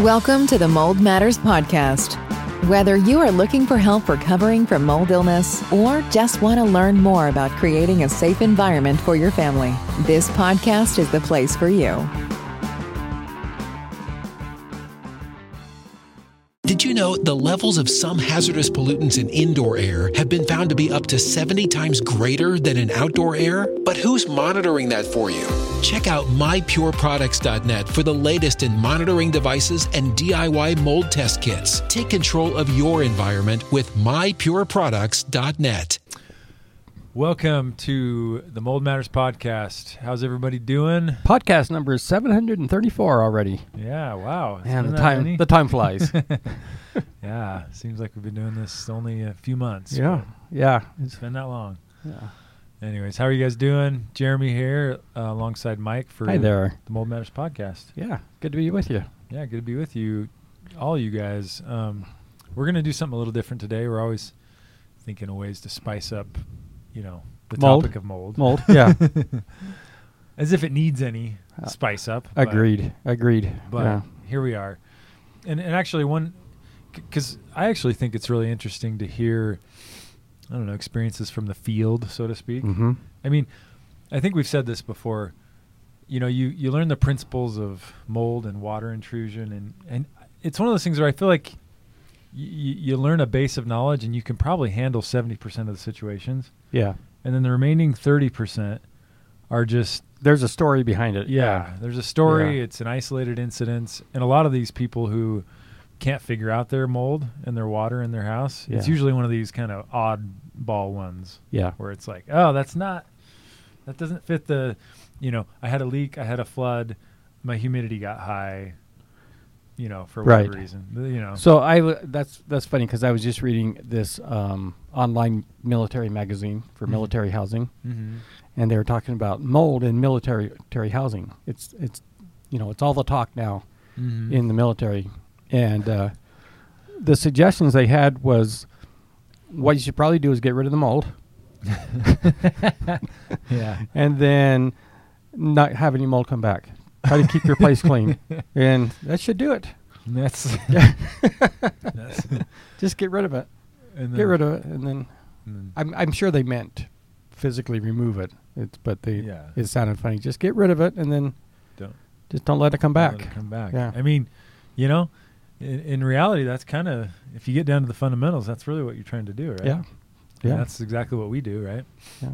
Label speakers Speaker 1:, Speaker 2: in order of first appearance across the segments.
Speaker 1: Welcome to the Mold Matters Podcast. Whether you are looking for help recovering from mold illness or just want to learn more about creating a safe environment for your family, this podcast is the place for you.
Speaker 2: Did you know the levels of some hazardous pollutants in indoor air have been found to be up to 70 times greater than in outdoor air? But who's monitoring that for you? Check out mypureproducts.net for the latest in monitoring devices and DIY mold test kits. Take control of your environment with mypureproducts.net.
Speaker 3: Welcome to the Mold Matters podcast. How's everybody doing?
Speaker 4: Podcast number is 734 already.
Speaker 3: Yeah, wow. It's
Speaker 4: And
Speaker 3: been
Speaker 4: the
Speaker 3: that
Speaker 4: time
Speaker 3: many?
Speaker 4: the time flies.
Speaker 3: yeah, seems like we've been doing this only a few months.
Speaker 4: yeah. Yeah.
Speaker 3: but It's been that long.
Speaker 4: Yeah.
Speaker 3: Anyways, how are you guys doing? Jeremy here uh, alongside Mike for
Speaker 4: Hi there.
Speaker 3: the Mold Matters podcast.
Speaker 4: Yeah. Good to be with you.
Speaker 3: Yeah, good to be with you, all you guys. Um, we're going to do something a little different today. We're always thinking of ways to spice up, you know, the
Speaker 4: Mold.
Speaker 3: topic of mold.
Speaker 4: Mold. Yeah.
Speaker 3: As if it needs any
Speaker 4: Uh,
Speaker 3: spice up. but-
Speaker 4: Agreed. Agreed.
Speaker 3: but
Speaker 4: yeah.
Speaker 3: here we are and, and actually one because i actually think it's really interesting to hear i don't know experiences from the field so to speak
Speaker 4: Mhm.
Speaker 3: i mean i think we've said this before you know you, you learn the principles of mold and water intrusion and, and it's one of those things where i feel like you, you learn a base of knowledge and you can probably handle 70% of the situations
Speaker 4: Yeah.
Speaker 3: and then the remaining 30% are just
Speaker 4: There's a story behind it.
Speaker 3: yeah, there's a story.
Speaker 4: Yeah.
Speaker 3: It's an isolated incident, and a lot of these people who can't figure out their mold and their water in their house, it's
Speaker 4: Yeah.
Speaker 3: usually one of these kind of oddball ones
Speaker 4: Yeah.
Speaker 3: where it's like, oh, that's not, that doesn't fit the, you know, I had a leak, I had a flood, my humidity got high, you know, for whatever
Speaker 4: Right.
Speaker 3: reason, Th- you know,
Speaker 4: So I w- that's that's funny because I was just reading this um, online military magazine for
Speaker 3: Mhm.
Speaker 4: military housing,
Speaker 3: hmm
Speaker 4: and they were talking about mold in military military housing. It's it's you know it's all the talk now.
Speaker 3: hmm
Speaker 4: Mm-hmm. in the military, and uh, the suggestions they had was what you should probably do is get rid of the mold,
Speaker 3: yeah,
Speaker 4: and then not have any mold come back. Try to keep your place clean, and that should do it.
Speaker 3: And that's, that's
Speaker 4: Just get rid of it.
Speaker 3: and
Speaker 4: Get rid of it, and then
Speaker 3: and
Speaker 4: I'm I'm sure they meant physically remove it. It's but they
Speaker 3: Yeah.
Speaker 4: it sounded funny. Just get rid of it, and then
Speaker 3: Don't-
Speaker 4: just don't let it come
Speaker 3: Let
Speaker 4: back.
Speaker 3: it Come back.
Speaker 4: Yeah.
Speaker 3: I mean, you know, in, in reality, that's kind of if you get down to the fundamentals, that's really what you're trying to do, right?
Speaker 4: Yeah,
Speaker 3: And
Speaker 4: yeah.
Speaker 3: that's exactly what we do, right?
Speaker 4: yeah.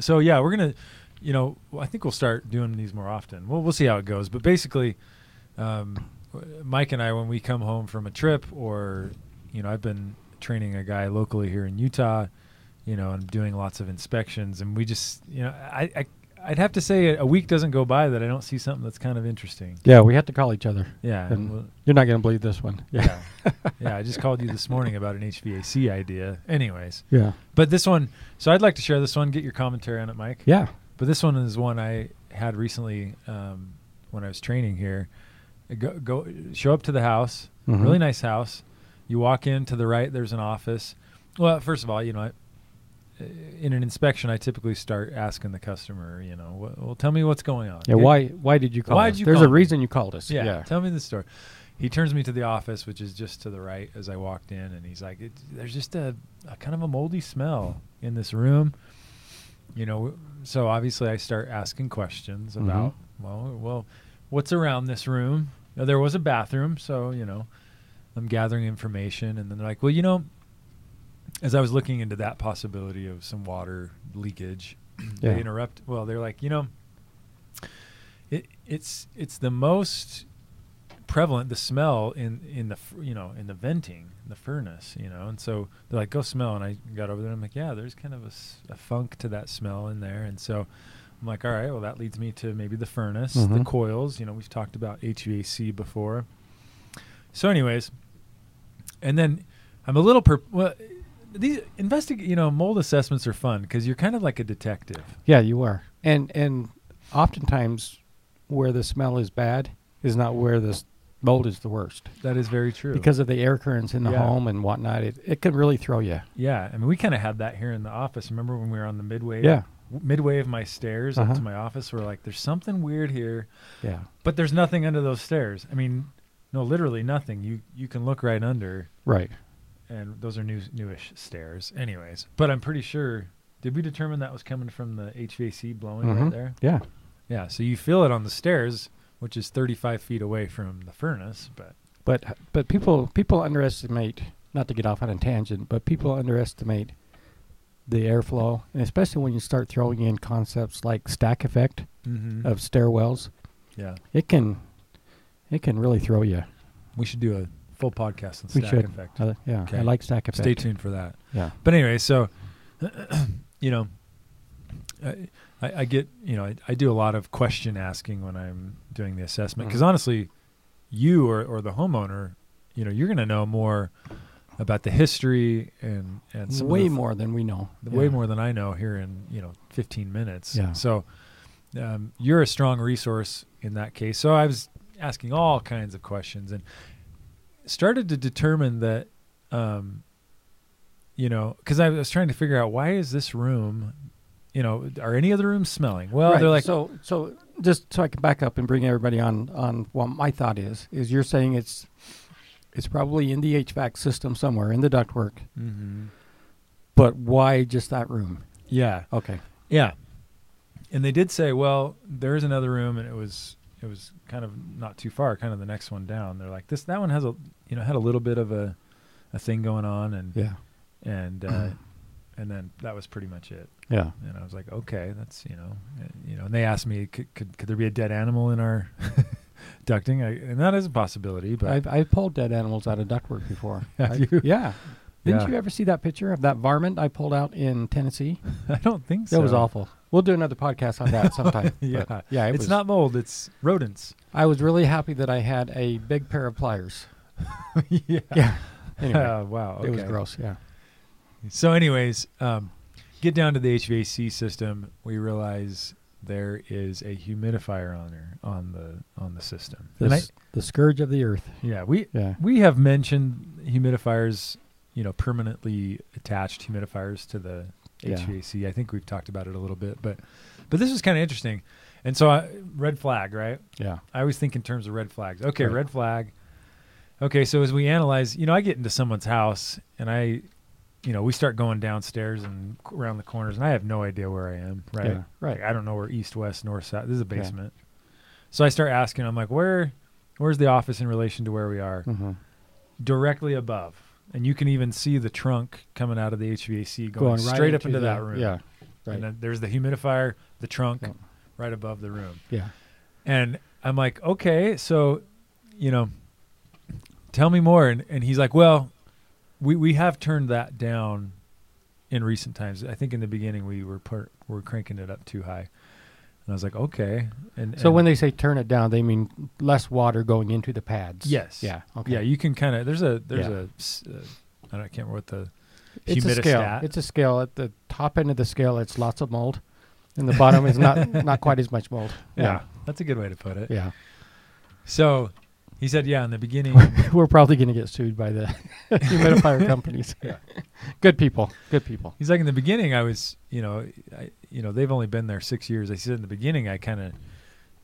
Speaker 3: So yeah, we're gonna, you know, well, I think we'll start doing these more often. Well, we'll see how it goes. But basically, um, w- Mike and I, when we come home from a trip, or you know, I've been training a guy locally here in Utah, you know, and doing lots of inspections, and we just, you know, I. I I'd have to say a week doesn't go by that I don't see something that's kind of interesting.
Speaker 4: Yeah, we had to call each other.
Speaker 3: Yeah,
Speaker 4: And
Speaker 3: well-
Speaker 4: you're not going to believe this one.
Speaker 3: Yeah. yeah, I just called you this morning about an HVAC idea. Anyways,
Speaker 4: yeah.
Speaker 3: but this one, so I'd like to share this one, get your commentary on it, Mike.
Speaker 4: Yeah.
Speaker 3: But this one is one I had recently um, when I was training here. I Go, go show up to the house,
Speaker 4: Mhm.
Speaker 3: really nice house. You walk in to the right, there's an office. Well, first of all, you know, I, uh, in an inspection, I typically start asking the customer, you know, well, well tell me what's going on.
Speaker 4: Yeah,
Speaker 3: Get-
Speaker 4: why why did you call
Speaker 3: Why'd
Speaker 4: us?
Speaker 3: you
Speaker 4: There's
Speaker 3: call
Speaker 4: a
Speaker 3: me?
Speaker 4: reason you called us.
Speaker 3: Yeah,
Speaker 4: Yeah.
Speaker 3: Tell me the story. He turns me to the office, which is just to the right as I walked in, and he's like, it, "There's just a, a kind of a moldy smell in this room." You know, so obviously I start asking questions
Speaker 4: Mhm.
Speaker 3: about, well, well, what's around this room? Now, there was a bathroom, so you know, I'm gathering information, and then they're like, "Well, you know," as I was looking into that possibility of some water leakage,
Speaker 4: Yeah.
Speaker 3: they interrupt. Well, they're like, you know, it, it's it's the most prevalent the smell in in the f- you know in the venting in the furnace you know and so they're like go smell and I got over there and I'm like yeah there's kind of a, s- a funk to that smell in there and so I'm like all right well that leads me to maybe the furnace the
Speaker 4: Mhm.
Speaker 3: coils you know we've talked about HVAC before so anyways and then I'm a little per well these investigate you know mold assessments are fun because you're kind of like a detective
Speaker 4: Yeah, you are. And and oftentimes where the smell is bad is not where the s- mold is the worst.
Speaker 3: that is very true
Speaker 4: Because of the air currents in the
Speaker 3: Yeah.
Speaker 4: home and whatnot, it, it can really throw you.
Speaker 3: Yeah, I mean, we kind of had that here in the office. Remember when we were on the midway?
Speaker 4: Yeah.
Speaker 3: w- Midway of my stairs up
Speaker 4: Uh-huh.
Speaker 3: to my office, we're like, "There's something weird here,"
Speaker 4: Yeah.
Speaker 3: but there's nothing under those stairs. I mean, No, literally nothing. You you can look right under,
Speaker 4: Right.
Speaker 3: and those are new newish stairs. Anyways, but I'm pretty sure. Did we determine that was coming from the HVAC blowing right
Speaker 4: Mhm.
Speaker 3: there?
Speaker 4: Yeah.
Speaker 3: Yeah. So you feel it on the stairs, which is 35 feet away from the furnace, but
Speaker 4: But but people people underestimate not to get off on a tangent, but people underestimate the airflow, and especially when you start throwing in concepts like stack effect
Speaker 3: Mm-hmm.
Speaker 4: of stairwells,
Speaker 3: yeah,
Speaker 4: it can it can really throw you.
Speaker 3: we should do a full podcast on
Speaker 4: We
Speaker 3: stack
Speaker 4: should.
Speaker 3: effect.
Speaker 4: I- yeah,
Speaker 3: Okay.
Speaker 4: I like stack effect.
Speaker 3: Stay tuned for that.
Speaker 4: Yeah.
Speaker 3: But anyway, so you know, I, I, I get you know I, I do a lot of question asking when I'm doing the assessment because
Speaker 4: Mhm.
Speaker 3: honestly, you or, or the homeowner, you know, you're going to know more about the history and and some of
Speaker 4: way
Speaker 3: the-
Speaker 4: more than we know.
Speaker 3: the-
Speaker 4: Yeah.
Speaker 3: way more than I know here in you know 15 minutes.
Speaker 4: Yeah.
Speaker 3: So um, you're a strong resource in that case. So I was asking all kinds of questions and started to determine that um, you know because I was trying to figure out why is this room you know are any of the rooms smelling? Well,
Speaker 4: Right,
Speaker 3: they're like
Speaker 4: so so just so I can back up and bring everybody on on what my thought is is you're saying it's it's probably in the HVAC system somewhere in the ductwork,
Speaker 3: Mhm.
Speaker 4: but why just that room?
Speaker 3: yeah
Speaker 4: Okay.
Speaker 3: yeah, and they did say well there is another room and it was it was kind of not too far kind of the next one down they're like this that one has a you know had a little bit of a a thing going on and
Speaker 4: Yeah.
Speaker 3: and uh, and then that was pretty much it.
Speaker 4: Yeah.
Speaker 3: And I was like, okay, that's you know, uh, you know. And they asked me, could could, could there be a dead animal in our ducting? I, and that is a possibility, but
Speaker 4: I've I've pulled dead animals out of ductwork before.
Speaker 3: Have
Speaker 4: I-
Speaker 3: you?
Speaker 4: Yeah. Didn't
Speaker 3: Yeah.
Speaker 4: you ever see that picture of that varmint I pulled out in Tennessee?
Speaker 3: I don't think
Speaker 4: That
Speaker 3: so.
Speaker 4: was awful. We'll do another podcast on that sometime. but uh,
Speaker 3: Yeah.
Speaker 4: yeah. It
Speaker 3: it's
Speaker 4: was,
Speaker 3: not mold. It's rodents.
Speaker 4: I was really happy that I had a big pair of pliers.
Speaker 3: yeah.
Speaker 4: Yeah. Anyway,
Speaker 3: Uh, wow.
Speaker 4: it was
Speaker 3: okay.
Speaker 4: gross. Yeah.
Speaker 3: So, anyways, um, get down to the HVAC system. We realize there is a humidifier on there on the on the system.
Speaker 4: The,
Speaker 3: And I-
Speaker 4: s- the scourge of the earth.
Speaker 3: yeah, we
Speaker 4: Yeah.
Speaker 3: We have mentioned humidifiers, you know, permanently attached humidifiers to the
Speaker 4: Yeah.
Speaker 3: HVAC. I think we've talked about it a little bit, but but this is kind of interesting. And so, I, red flag, right?
Speaker 4: Yeah.
Speaker 3: I always think in terms of red flags. Okay,
Speaker 4: Right.
Speaker 3: red flag. Okay, so as we analyze, you know, I get into someone's house and I, you know, we start going downstairs and c- around the corners, and I have no idea where I am. Right.
Speaker 4: Yeah, right.
Speaker 3: Like, I don't know where east, west, north, south. This is a
Speaker 4: Yeah.
Speaker 3: basement. So I start asking. I'm like, where, where's the office in relation to where we are?
Speaker 4: Mm-hmm.
Speaker 3: directly above, and you can even see the trunk coming out of the HVAC going, straight up into that room.
Speaker 4: Yeah. Right.
Speaker 3: And then there's the humidifier, the trunk,
Speaker 4: Yeah.
Speaker 3: right above the room.
Speaker 4: yeah.
Speaker 3: And I'm like, okay, so, you know, tell me more. And and he's like, well, we we have turned that down in recent times. I think in the beginning we were put, we're cranking it up too high. And I was like, okay. And
Speaker 4: So
Speaker 3: and-
Speaker 4: when they say turn it down, they mean less water going into the pads.
Speaker 3: Yes.
Speaker 4: Yeah. Okay.
Speaker 3: yeah, you can kind of there's a there's
Speaker 4: Yeah.
Speaker 3: a s- uh, I don't I can't remember what the
Speaker 4: it's a scale.
Speaker 3: humidistat-
Speaker 4: It's a scale. At the top end of the scale, it's lots of mold, and the bottom is not not quite as much mold.
Speaker 3: Yeah, that's a good way to put it.
Speaker 4: Yeah.
Speaker 3: So he said, yeah, in the beginning.
Speaker 4: We're probably going to get sued by the humidifier companies. Yeah. Good people. Good people.
Speaker 3: he's like, in the beginning, I was, you know, I, you know, they've only been there six years. I said in the beginning, I kind of,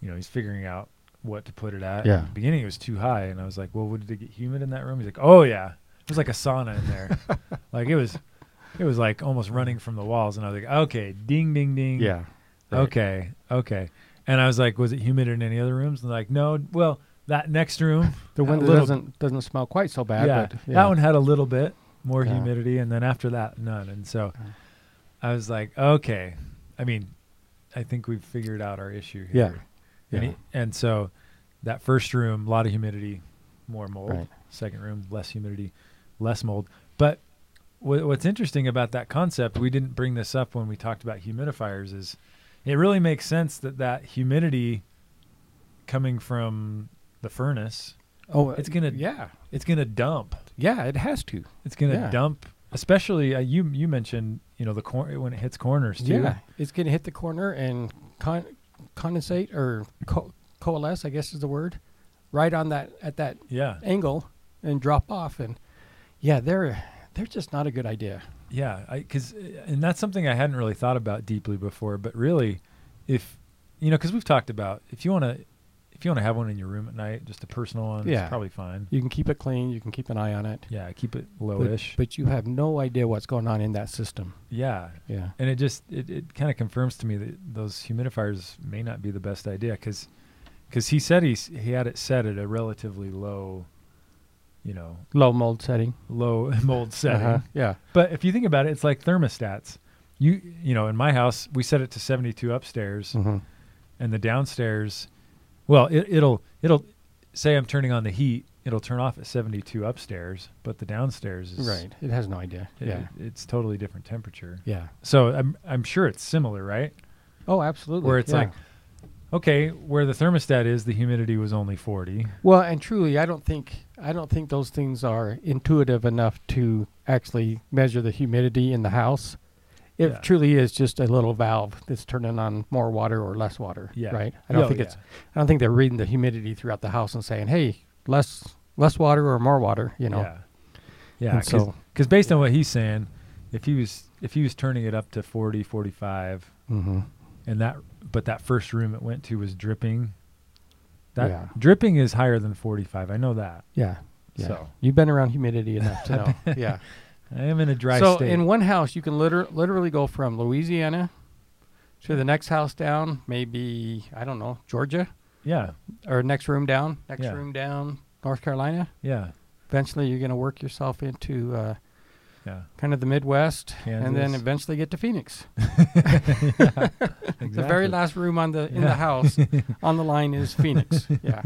Speaker 3: you know, he's figuring out what to put it at.
Speaker 4: Yeah.
Speaker 3: In the beginning, it was too high, and I was like, well, would it get humid in that room? He's like, oh yeah, it was like a sauna in there. like it was, it was like almost running from the walls, and I was like, okay, ding, ding,
Speaker 4: Mm.
Speaker 3: ding.
Speaker 4: Right.
Speaker 3: Okay. Okay. And I was like, was it humid in any other rooms? And they're like, no. Well, that next room.
Speaker 4: The
Speaker 3: had a
Speaker 4: one that
Speaker 3: little-
Speaker 4: doesn't doesn't smell quite so bad.
Speaker 3: yeah,
Speaker 4: But,
Speaker 3: that one had a little bit more
Speaker 4: Yeah.
Speaker 3: humidity, and then after that, none. And so,
Speaker 4: Okay.
Speaker 3: I was like, okay. I mean, I think we've figured out our issue
Speaker 4: Yeah.
Speaker 3: here. And,
Speaker 4: Yeah.
Speaker 3: he- and so, that first room, a lot of humidity, more mold.
Speaker 4: Right.
Speaker 3: Second room, less humidity, less mold. But wha- what's interesting about that concept, we didn't bring this up when we talked about humidifiers, is it really makes sense that that humidity coming from the furnace,
Speaker 4: Oh,
Speaker 3: it's gonna
Speaker 4: Yeah.
Speaker 3: it's going to dump
Speaker 4: Yeah. It has to.
Speaker 3: it's going to
Speaker 4: Yeah.
Speaker 3: dump, especially uh, you. You mentioned you know the cor- when it hits corners too.
Speaker 4: Yeah, it's going to hit the corner and con- condensate or co- coalesce, I guess is the word, right on that at that
Speaker 3: yeah,
Speaker 4: angle and drop off. And yeah, they're they're just not a good idea.
Speaker 3: yeah. Because and that's something I hadn't really thought about deeply before. But really, if you know, because we've talked about if you want to if you want to have one in your room at night, just a personal one,
Speaker 4: Yeah.
Speaker 3: it's probably fine.
Speaker 4: You can keep it clean. You can keep an eye on it.
Speaker 3: Yeah, keep it
Speaker 4: But,
Speaker 3: lowish.
Speaker 4: but you have no idea what's going on in that system.
Speaker 3: yeah,
Speaker 4: Yeah.
Speaker 3: and it just it, it kind of confirms to me that those humidifiers may not be the best idea because he said he s- he had it set at a relatively low, you know,
Speaker 4: Low mold setting.
Speaker 3: low mold setting.
Speaker 4: Uh-huh. Yeah.
Speaker 3: But if you think about it, it's like thermostats. You you know, in my house, we set it to 72 upstairs,
Speaker 4: hmm
Speaker 3: and the downstairs, well, it, it'll it'll say I'm turning on the heat, it'll turn off at 72 upstairs, but the downstairs is
Speaker 4: Right. It has no idea.
Speaker 3: it-
Speaker 4: yeah.
Speaker 3: it's totally different temperature.
Speaker 4: Yeah.
Speaker 3: So I'm I'm sure it's similar, right?
Speaker 4: Oh, absolutely.
Speaker 3: Where it's
Speaker 4: yeah.
Speaker 3: like, okay, where the thermostat is, the humidity was only 40.
Speaker 4: Well, and truly, I don't think I don't think those things are intuitive enough to actually measure the humidity in the house. It
Speaker 3: Yeah.
Speaker 4: truly is just a little valve that's turning on more water or less water.
Speaker 3: Yeah.
Speaker 4: Right. I don't
Speaker 3: Oh,
Speaker 4: think
Speaker 3: yeah.
Speaker 4: it's I don't think they're reading the humidity throughout the house and saying, hey, less less water or more water. You know.
Speaker 3: Yeah. Yeah,
Speaker 4: And so-
Speaker 3: because based on what he's saying, if he was if he was turning it up to 40, 45,
Speaker 4: Mm-hmm.
Speaker 3: and that but that first room it went to was dripping. That
Speaker 4: Yeah.
Speaker 3: dripping is higher than 45. I know that.
Speaker 4: Yeah. Yeah.
Speaker 3: So.
Speaker 4: you've been around humidity enough to know. yeah.
Speaker 3: I am in a dry
Speaker 4: so
Speaker 3: state.
Speaker 4: in one house, you can liter- literally go from Louisiana to the next house down, maybe I don't know Georgia
Speaker 3: yeah,
Speaker 4: or next room down, next
Speaker 3: Yeah.
Speaker 4: room down, North Carolina.
Speaker 3: yeah,
Speaker 4: Eventually, you're going to work yourself into uh,
Speaker 3: yeah,
Speaker 4: kind of the Midwest, and then
Speaker 3: Kansas.
Speaker 4: eventually get to Phoenix.
Speaker 3: exactly.
Speaker 4: The very last room on the in
Speaker 3: Yeah.
Speaker 4: the house on the line is Phoenix. Yeah,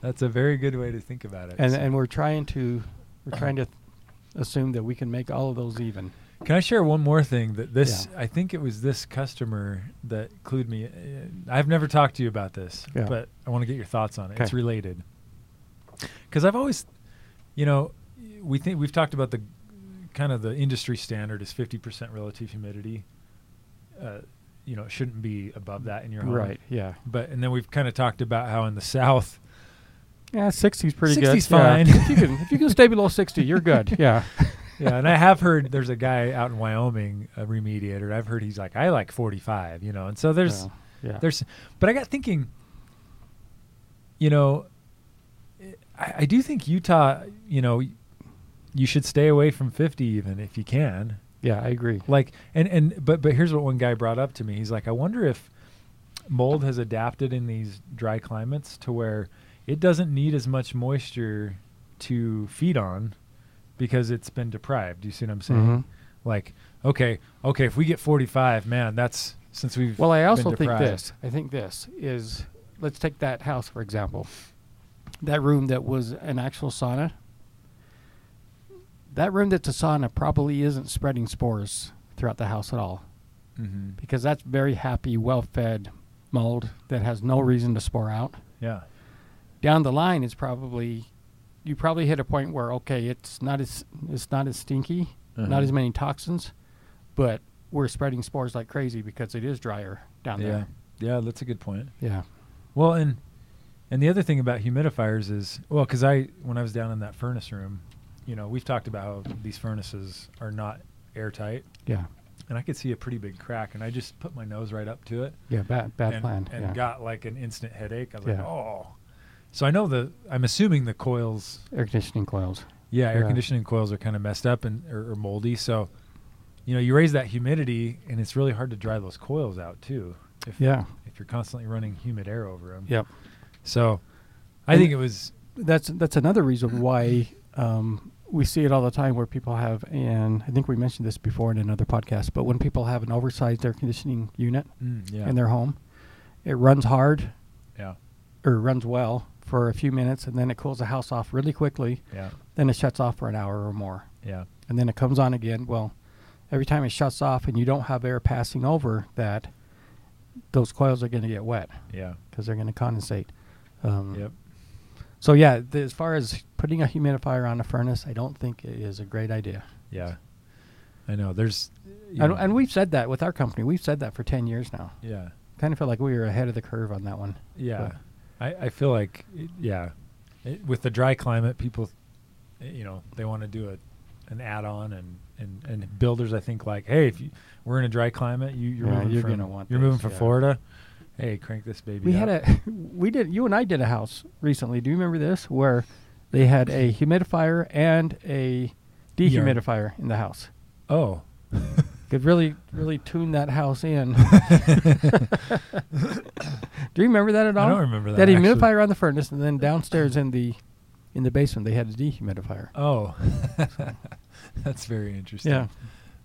Speaker 3: That's a very good way to think about it.
Speaker 4: and
Speaker 3: So-
Speaker 4: and we're trying to we're trying to assume that we can make all of those even.
Speaker 3: Can I share one more thing that this? I think it was this customer that clued me. uh, I've never talked to you about this,
Speaker 4: Yeah.
Speaker 3: but I want to get your thoughts on it. It's
Speaker 4: 'Kay.
Speaker 3: related because I've always, you know, we think we've talked about the kind of the industry standard is fifty percent relative humidity. Uh, you know, it shouldn't be above that in your home,
Speaker 4: Right. Yeah.
Speaker 3: But and then we've kind of talked about how in the South,
Speaker 4: Yeah, 60's pretty good.
Speaker 3: 60's
Speaker 4: Yeah.
Speaker 3: fine.
Speaker 4: if, you can, if you can stay below 60, you're good. Yeah.
Speaker 3: yeah, and I have heard there's a guy out in Wyoming, a remediator. I've heard he's like, I like forty-five, you know, and so there's.
Speaker 4: yeah.
Speaker 3: There's, but I got thinking. You know, I, I do think Utah. You know, you should stay away from fifty even if you can.
Speaker 4: yeah, I agree.
Speaker 3: Like, and and but but here's what one guy brought up to me. He's like, I wonder if mold has adapted in these dry climates to where it doesn't need as much moisture to feed on because it's been deprived. You see what I'm saying?
Speaker 4: Mhm.
Speaker 3: Like, okay, okay, if we get 45, man, that's since we've
Speaker 4: Well, I
Speaker 3: been
Speaker 4: also think
Speaker 3: deprived.
Speaker 4: this. I think this is let's take that house for example. That room that was an actual sauna. That room that's a sauna probably isn't spreading spores throughout the house at all
Speaker 3: Mhm.
Speaker 4: because that's very happy, well-fed mold that has no reason to spore out.
Speaker 3: Yeah.
Speaker 4: down the line it's probably you probably hit a point where okay it's not as it's not as stinky
Speaker 3: Uh-huh.
Speaker 4: not as many toxins but we're spreading spores like crazy because it is drier down
Speaker 3: Yeah.
Speaker 4: there
Speaker 3: Yeah, that's a good point.
Speaker 4: yeah
Speaker 3: Well, and and the other thing about humidifiers is well, because I when I was down in that furnace room, you know, we've talked about how these furnaces are not airtight,
Speaker 4: yeah
Speaker 3: and I could see a pretty big crack, and I just put my nose right up to it
Speaker 4: yeah bad bad
Speaker 3: and,
Speaker 4: plan
Speaker 3: and
Speaker 4: yeah.
Speaker 3: got like an instant headache. I was like,
Speaker 4: Yeah.
Speaker 3: oh. So I know the I'm assuming the coils,
Speaker 4: air conditioning coils
Speaker 3: yeah, air
Speaker 4: Yeah.
Speaker 3: conditioning coils are kind of messed up and or, or moldy. So, you know, you raise that humidity, and it's really hard to dry those coils out too. If,
Speaker 4: yeah
Speaker 3: if you're constantly running humid air over them.
Speaker 4: yep
Speaker 3: So, I
Speaker 4: And-
Speaker 3: think it was
Speaker 4: that's that's another reason why um, we see it all the time where people have and i think we mentioned this before in another podcast but when people have an oversized air conditioning unit
Speaker 3: mm, yeah,
Speaker 4: in their home it runs hard
Speaker 3: yeah,
Speaker 4: or runs well for a few minutes and then it cools the house off really quickly
Speaker 3: yeah,
Speaker 4: then it shuts off for an hour or more
Speaker 3: yeah,
Speaker 4: and then it comes on again well every time it shuts off and you don't have air passing over that those coils are going to get wet
Speaker 3: yeah,
Speaker 4: because they're going to condensate um,
Speaker 3: yep,
Speaker 4: so yeah th- as far as putting a humidifier on a furnace i don't think it is a great idea
Speaker 3: yeah. I know. There's, you
Speaker 4: and,
Speaker 3: know,
Speaker 4: and we've said that with our company we've said that for 10 years now
Speaker 3: yeah,
Speaker 4: kind of feel like we were ahead of the curve on that one
Speaker 3: yeah.
Speaker 4: But-
Speaker 3: I I feel like it- yeah, it, with the dry climate, people, eh, you know, they want to do a an add-on and and and builders I think like, hey, if you, we're in a dry climate, you you're
Speaker 4: Yeah,
Speaker 3: moving
Speaker 4: you're
Speaker 3: from
Speaker 4: gonna want
Speaker 3: you're
Speaker 4: this,
Speaker 3: moving from
Speaker 4: yeah.
Speaker 3: Florida, Hey, crank this baby.
Speaker 4: We
Speaker 3: up.
Speaker 4: had a we did you and I did a house recently. Do you remember this where they had a humidifier and a
Speaker 3: Yeah.
Speaker 4: dehumidifier in the house?
Speaker 3: oh,
Speaker 4: Could really really tune that house in. Do you remember that at all?
Speaker 3: I don't remember that.
Speaker 4: They had a
Speaker 3: actually.
Speaker 4: humidifier on the furnace, and then downstairs in the in the basement they had a dehumidifier.
Speaker 3: Oh, that's very interesting.
Speaker 4: Yeah,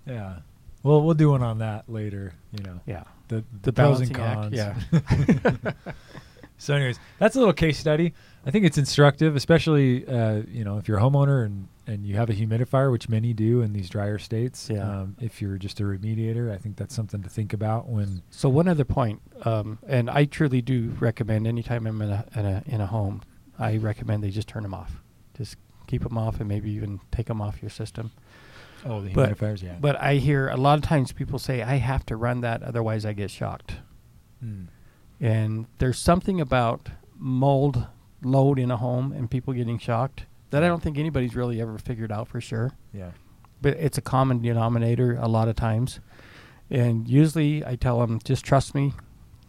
Speaker 3: Yeah. Well, we'll do one on that later. You know,
Speaker 4: yeah.
Speaker 3: the the, pros and cons.
Speaker 4: balancing act,
Speaker 3: So, anyways, that's a little case study. I think it's instructive, especially uh, you know if you're a homeowner and and you have a humidifier, which many do in these drier states.
Speaker 4: Yeah.
Speaker 3: Um, if you're just a remediator, I think that's something to think about when.
Speaker 4: So one other point, um, and I truly do recommend anytime I'm in a, in a in a home, I recommend they just turn them off. Just keep them off, and maybe even take them off your system.
Speaker 3: Oh, the
Speaker 4: But-
Speaker 3: humidifiers, yeah.
Speaker 4: But I hear a lot of times people say, "I have to run that, otherwise I get shocked." Hmm.
Speaker 3: Mm.
Speaker 4: And there's something about mold load in a home and people getting shocked that I don't think anybody's really ever figured out for sure.
Speaker 3: yeah.
Speaker 4: but it's a common denominator a lot of times. And usually I tell them, just trust me.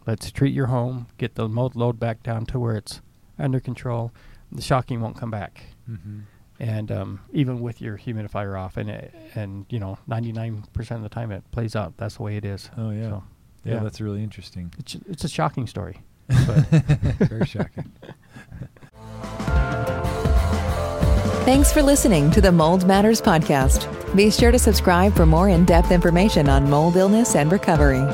Speaker 4: Let's treat your home, get the mold load back down to where it's under control. The shocking won't come back.
Speaker 3: Mm-hmm.
Speaker 4: And um, even with your humidifier off, and it, and you know, 99% of the time it plays out. That's the way it is.
Speaker 3: Oh yeah.
Speaker 4: So,
Speaker 3: yeah.
Speaker 4: yeah.
Speaker 3: That's really interesting.
Speaker 4: it's it's a shocking story.
Speaker 3: very shocking.
Speaker 1: Thanks for listening to the Mold Matters Podcast. Be sure to subscribe for more in depth information on mold illness and recovery.